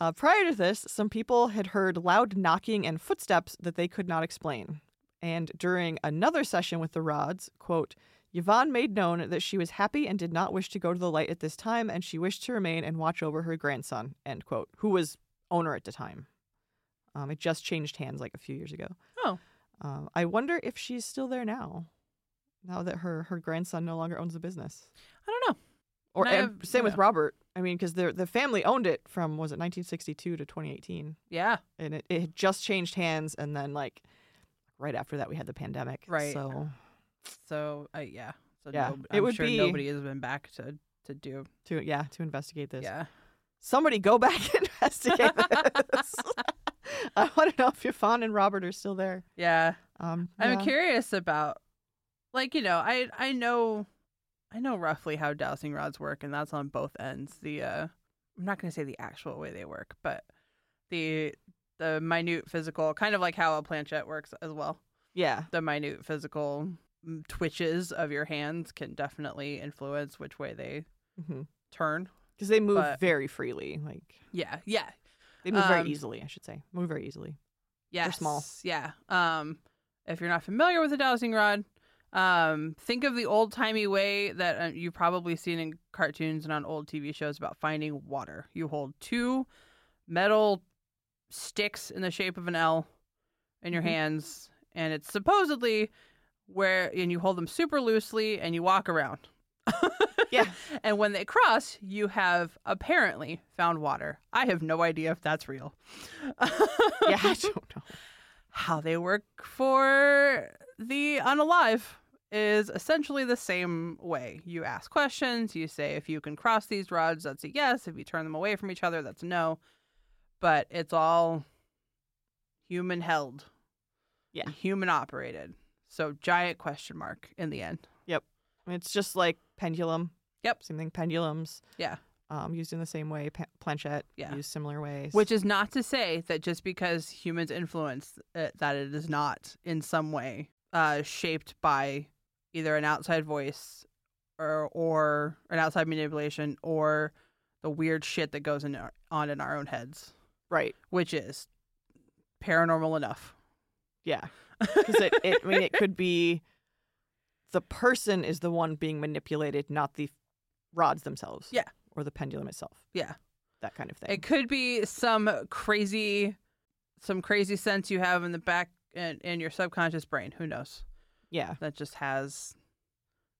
uh, prior to this, some people had heard loud knocking and footsteps that they could not explain. And during another session with the Rods, quote, Yvonne made known that she was happy and did not wish to go to the light at this time, and she wished to remain and watch over her grandson, end quote, who was owner at the time. Um, it just changed hands like a few years ago. Oh. Um, I wonder if she's still there now, now that her, her grandson no longer owns the business. I don't know. Or And I and have- same with yeah. Robert. I mean, because the the family owned it from was it 1962 to 2018, Yeah. and it, it had just changed hands, and then like right after that we had the pandemic. Right. So So uh, yeah. So Yeah. no, It I'm would sure be- nobody has been back to to do. to yeah to investigate this, Yeah. somebody go back *laughs* and investigate *laughs* this. I want to know if Yvonne and Robert are still there. Yeah. Um, I'm yeah. curious about like you know, I I know I know roughly how dowsing rods work and that's on both ends. The uh I'm not going to say the actual way they work, but the the minute physical kind of like how a planchette works as well. Yeah. The minute physical mm, twitches of your hands can definitely influence which way they Because turn. mm-hmm. they move But- very freely, like Yeah. Yeah. they move Um, very easily. I should say move very easily. Yeah. small. Yeah. Um, if you're not familiar with a dowsing rod, um, think of the old timey way that uh, you've probably seen in cartoons and on old TV shows about finding water. You hold two metal sticks in the shape of an L in your Mhm. hands, and it's supposedly where, and you hold them super loosely and you walk around. Yeah. *laughs* And when they cross, you have apparently found water. I have no idea if that's real. *laughs* *laughs* Yeah, I don't know. how they work for the unalive is essentially the same way. You ask questions, you say if you can cross these rods, that's a yes. If you turn them away from each other, that's a no. But it's all human held. Yeah. and Human operated. So giant question mark in the end. It's just like pendulum. Yep. Same thing. Pendulums. Yeah. Um, used in the same way. Pa- planchette. Yeah. Used similar ways. Which is not to say that just because humans influence it, that it is not in some way uh, shaped by either an outside voice or or an outside manipulation or the weird shit that goes in our, on in our own heads, right. which is paranormal enough. Yeah. *laughs* Because it, it. I mean, it could be the person is the one being manipulated, not the rods themselves. Yeah. Or the pendulum itself. Yeah. That kind of thing. It could be some crazy, some crazy sense you have in the back in, in your subconscious brain. Who knows? yeah. that just has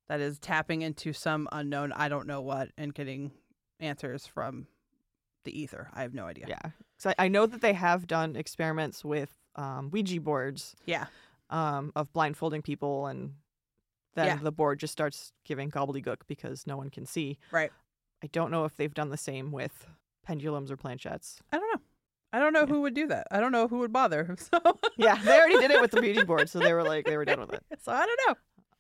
that is tapping into some unknown I don't know what and getting answers from the ether. I have no idea. Yeah. 'Cause I, I know that they have done experiments with um, Ouija boards Yeah. um, of blindfolding people and. Then Yeah. the board just starts giving gobbledygook because no one can see. Right. I don't know if they've done the same with pendulums or *laughs* planchettes. I don't know. I don't know Yeah. who would do that. I don't know who would bother. *laughs* So yeah, they already did it with the beauty board, so they were like they were done with it. So I don't know.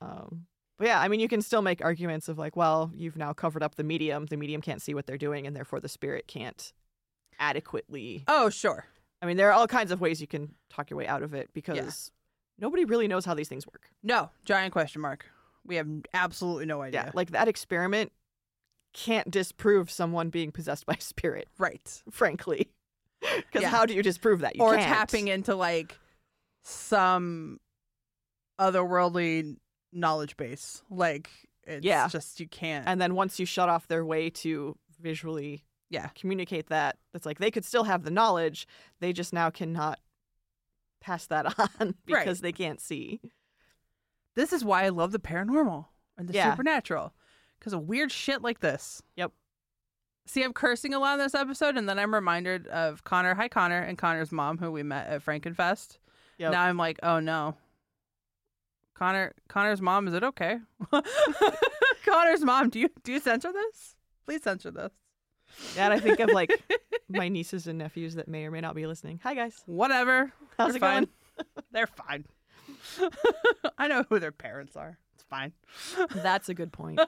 Um, but yeah, I mean, you can still make arguments of like, well, you've now covered up the medium. The medium can't see what they're doing, and therefore the spirit can't adequately. Oh, sure. I mean, there are all kinds of ways you can talk your way out of it because nobody really knows how these things work. No, giant question mark. We have absolutely no idea. Yeah, like that experiment can't disprove someone being possessed by a spirit, *laughs* Right. frankly. Because Yeah. how do you disprove that? You or can't. tapping into like some otherworldly knowledge base. Like it's Yeah. just you can't. And then once you shut off their way to visually Yeah. communicate that, it's like they could still have the knowledge. They just now cannot pass that *laughs* on because they can't see. this is why I love the paranormal and the Yeah. supernatural because of weird shit like this. Yep. See, I'm cursing a lot in this episode, and then I'm reminded of Connor. Hi, Connor, and Connor's mom, who we met at Frankenfest. Yep. Now I'm like, oh no. Connor, Connor's mom, is it okay? *laughs* Connor's mom, do you do you censor this? Please censor this. That I think of *laughs* like my nieces and nephews that may or may not be listening. Hi guys. Whatever. How's They're it fine. *laughs* going? They're fine. I know who *laughs* their parents are. It's fine. That's a good point.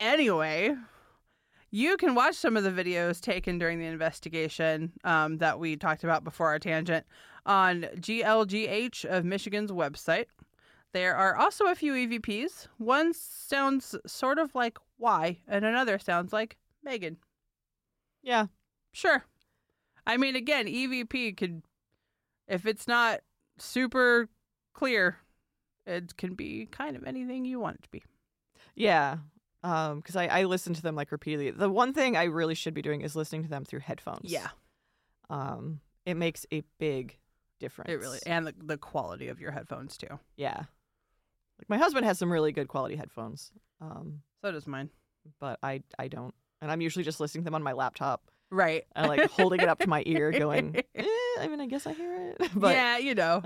Anyway, you can watch some of the videos taken during the investigation um, that we talked about before our tangent on GLGH of Michigan's website. There are also a few EVPs. One sounds sort of like Y, and another sounds like Megan. Yeah. Sure. I mean, again, EVP could, if it's not super clear, it can be kind of anything you want it to be. Yeah. Um, because I, I listen to them like repeatedly. The one thing I really should be doing is listening to them through headphones. Um, it makes a big difference. It really, and the, the quality of your headphones too. Yeah. Like my husband has some really good quality headphones. Um, So does mine. but I I don't, and I'm usually just listening to them on my laptop Right. and like holding it up to my ear, *laughs* going, eh, I mean, I guess I hear it, *laughs* but yeah, you know,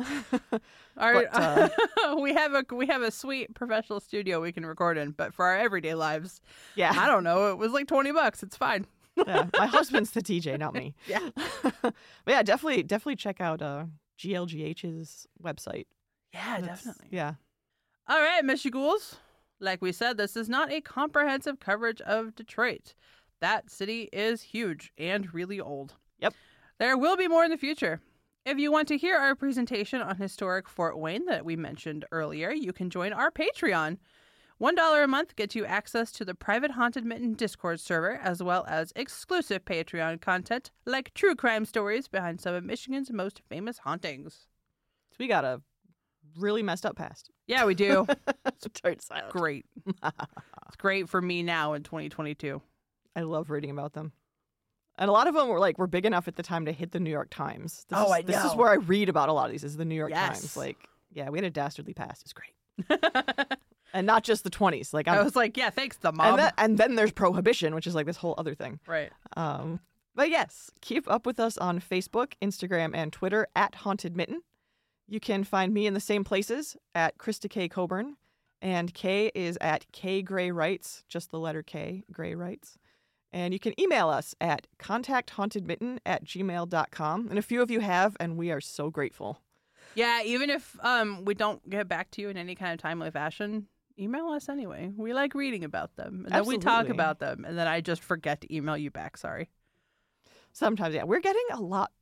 our, But, uh, *laughs* we have a we have a sweet professional studio we can record in, but for our everyday lives, *laughs* yeah. I don't know. It was like twenty bucks. It's fine. yeah, *laughs* my husband's the DJ, not me. Yeah. *laughs* but yeah, definitely, definitely check out uh, GLGH's website. Yeah, That's- Yeah, All right, Mr. Ghouls. Like we said, this is not a comprehensive coverage of Detroit. That city is huge and really old. Yep. There will be more in the future. If you want to hear our presentation on historic Fort Wayne that we mentioned earlier, you can join our Patreon. $1 a month gets you access to the private Haunted Mitten Discord server, as well as exclusive Patreon content like true crime stories behind some of Michigan's most famous hauntings. so we got a really messed up *laughs* past. Yeah, we do. Turns out, great. it's great for me now in 2022. I love reading about them. And a lot of them were like were big enough at the time to hit the New York Times. This Oh, is, I This is know. where I read about a lot of these. Is the New York Yes. Times? Like, yeah, we had a dastardly past. It's great, *laughs* and not just the twenties. Like, I'm, I was like, yeah, thanks, the mob. and, then, and then there's prohibition, which is like this whole other thing. right. Um, but yes, keep up with us on Facebook, Instagram, and Twitter at Haunted Mitten. You can find me in the same places at Krista K. Coburn, and K is at K Gray Writes, just the letter K, Gray Writes. And you can email us at contacthauntedmitten at gmail.com. And a few of you have, and we are so grateful. Yeah, even if um we don't get back to you in any kind of timely fashion, email us anyway. We like reading about them. And then we talk Absolutely. about them. And then I just forget to email you back. Sorry. Sometimes, yeah, we're getting a lot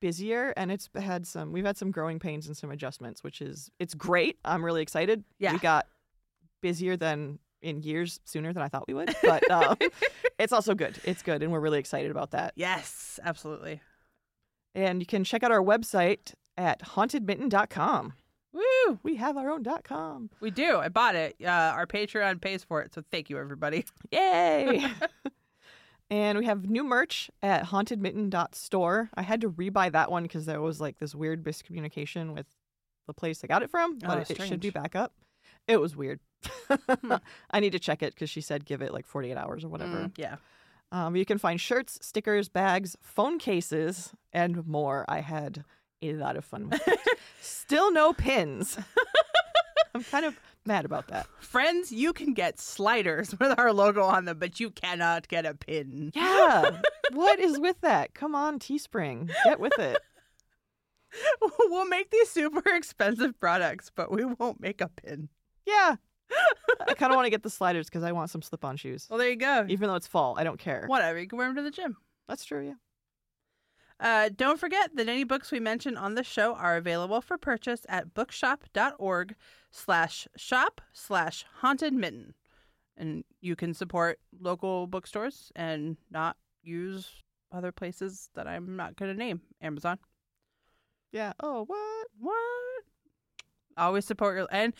busier, and it's had some, we've had some growing pains and some adjustments, which is, it's great. I'm really excited. Yeah. We got busier than in years sooner than I thought we would, but um, it's also good. It's good, and we're really excited about that. Yes, absolutely. And you can check out our website at hauntedmitten.com. Woo! We have our own dot .com. We do. I bought it. Uh, our Patreon pays for it. So thank you, everybody. *laughs* Yay! and we have new merch at hauntedmitten.store. I had to rebuy that one because there was like this weird miscommunication with the place I got it from, but Oh, it, it should be strange. Hmm. back up. It was weird. *laughs* I need to check it because she said give it like 48 hours or whatever. Mm, yeah. Um, you can find shirts, stickers, bags, phone cases, and more. I had a lot of fun *laughs* with it. Still no pins. I'm kind of mad about that. Friends, you can get sliders *laughs* with our logo on them, but you cannot get a pin. *laughs* Yeah. what is with that? Come on, Teespring. Get with it. *laughs* we'll make these super *laughs* expensive products, but we won't make a pin. Yeah. I kind of want to get the sliders because I want some slip on shoes. Well, there you go. Even though it's fall, I don't care. Whatever. You can wear them to the gym. That's true, yeah. Uh, don't forget that any books we mention on the show are available for purchase at bookshop.org slash shop slash haunted mitten. And you can support local bookstores and not use other places that I'm not going to name. Amazon. Yeah. Oh, what? What? Always support your and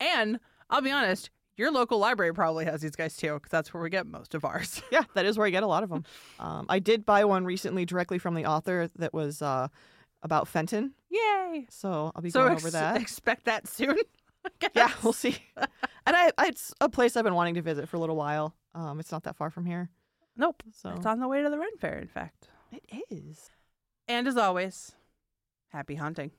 and I'll be honest, your local library probably has these guys too because that's where we get most of ours. *laughs* Yeah, that is where I get a lot of them. Um, I did buy one recently directly from the author that was uh, about Fenton. Yay! So I'll be So going ex- over that. expect that soon. *laughs* I guess. yeah, we'll see. And I, I, it's a place I've been wanting to visit for a little while. Um, it's not that far from here. Nope. So It's on the way to the Ren Fair, in fact. it is. And as always, happy hunting.